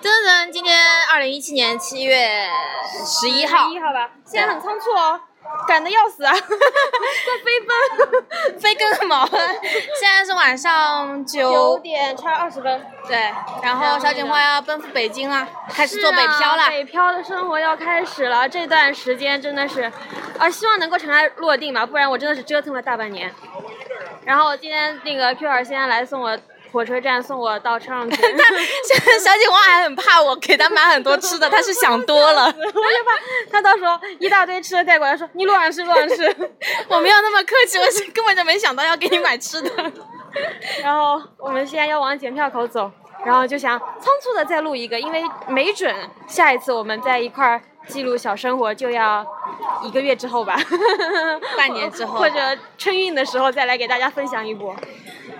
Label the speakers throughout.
Speaker 1: 噔噔，今天二零一七年七月十一号，
Speaker 2: 一号吧，现在很仓促哦，赶得 要死啊，在飞奔，
Speaker 1: 飞更个毛啊！现在是晚上
Speaker 2: 九
Speaker 1: 九，
Speaker 2: 点差二十分，
Speaker 1: 对，然后小警花要奔赴北京了，开始做北漂
Speaker 2: 是啊
Speaker 1: 了。
Speaker 2: 北漂的生活要开始了，这段时间真的是，啊，希望能够尘埃落定吧，不然我真的是折腾了大半年。然后今天那个 Q 儿先来送我火车站，送我到车 上去。
Speaker 1: 啊现在小警花还很怕我给她买很多吃的，她是想多了，
Speaker 2: 我就怕他到时候一大堆吃的带过来，说你乱吃乱吃，
Speaker 1: 我没有那么客气，我是根本就没想到要给你买吃的。
Speaker 2: 然后我们现在要往检票口走，然后就想仓促的再录一个，因为没准下一次我们在一块儿记录小生活就要一个月之后吧，
Speaker 1: 半年之后
Speaker 2: 或者春运的时候再来给大家分享一波。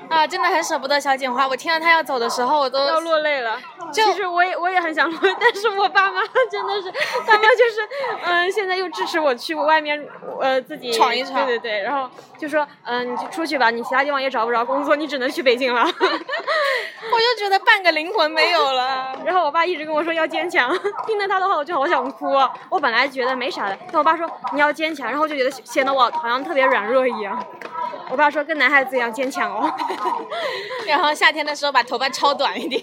Speaker 1: 啊，真的很舍不得小警花，我听到她要走的时候，我都
Speaker 2: 要落泪了，
Speaker 1: 就
Speaker 2: 其实我也我也很想落，但是我爸妈真的是，他们就是，嗯、现在又支持我去外面，呃，自己
Speaker 1: 闯一闯
Speaker 2: 对对对，然后就说，嗯、你就出去吧，你其他地方也找不着工作，你只能去北京了。
Speaker 1: 我就觉得半个灵魂没有 了。
Speaker 2: 然后我爸一直跟我说要坚强， 听了他的话我就好想哭、啊。我本来觉得没啥的，但我爸说你要坚强，然后我就觉得显得我好像特别软弱一样。我爸说跟男孩子一样坚强哦。
Speaker 1: 然后夏天的时候把头发超短一点，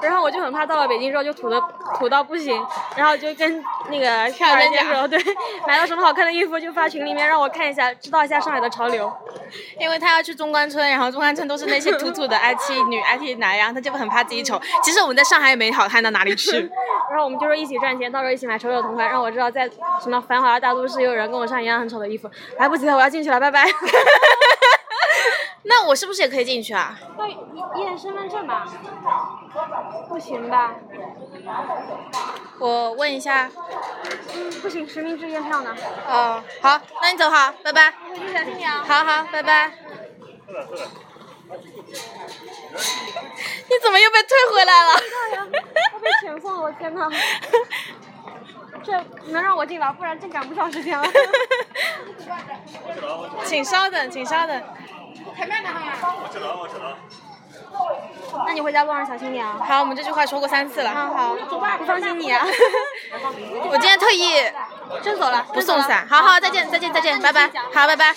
Speaker 2: 然后我就很怕到了北京之后就土的土到不行，然后就跟那个
Speaker 1: 跳
Speaker 2: 人
Speaker 1: 针
Speaker 2: 家
Speaker 1: 脚
Speaker 2: 说，对，买到什么好看的衣服就发群里面让我看一下，知道一下上海的潮流。
Speaker 1: 因为她要去中关村，然后中关村都是那些土土的 IT 女、IT 男，然后她就很怕自己丑。其实我们在上海也没好看到哪里 去。
Speaker 2: 然后我们就说一起赚钱，到时候一起买丑丑同款，让我知道在什么繁华的大都市又有人跟我穿一样很丑的衣服。来不及了，我要进去了，拜 拜。
Speaker 1: 那我是不是也可以进去啊？
Speaker 2: 要验身份证吧？不行吧？
Speaker 1: 我问一下。
Speaker 2: 不行，实名制验票呢？
Speaker 1: 哦，好，那你走好，拜拜。
Speaker 2: 回去小心点啊！
Speaker 1: 好好，拜拜。你怎么又被退回来了？
Speaker 2: 我被遣送了，我天呐，这能让我进吧？不然真赶不上时间了。
Speaker 1: 请稍等，请稍等。
Speaker 2: 那你回家路上小心点啊！
Speaker 1: 好，我们这句话说过三次了。
Speaker 2: 啊好，我放心你啊。
Speaker 1: 我今天特意
Speaker 2: 真 走了，
Speaker 1: 不送伞。好好，再见，再见，再见，拜拜。好，拜拜。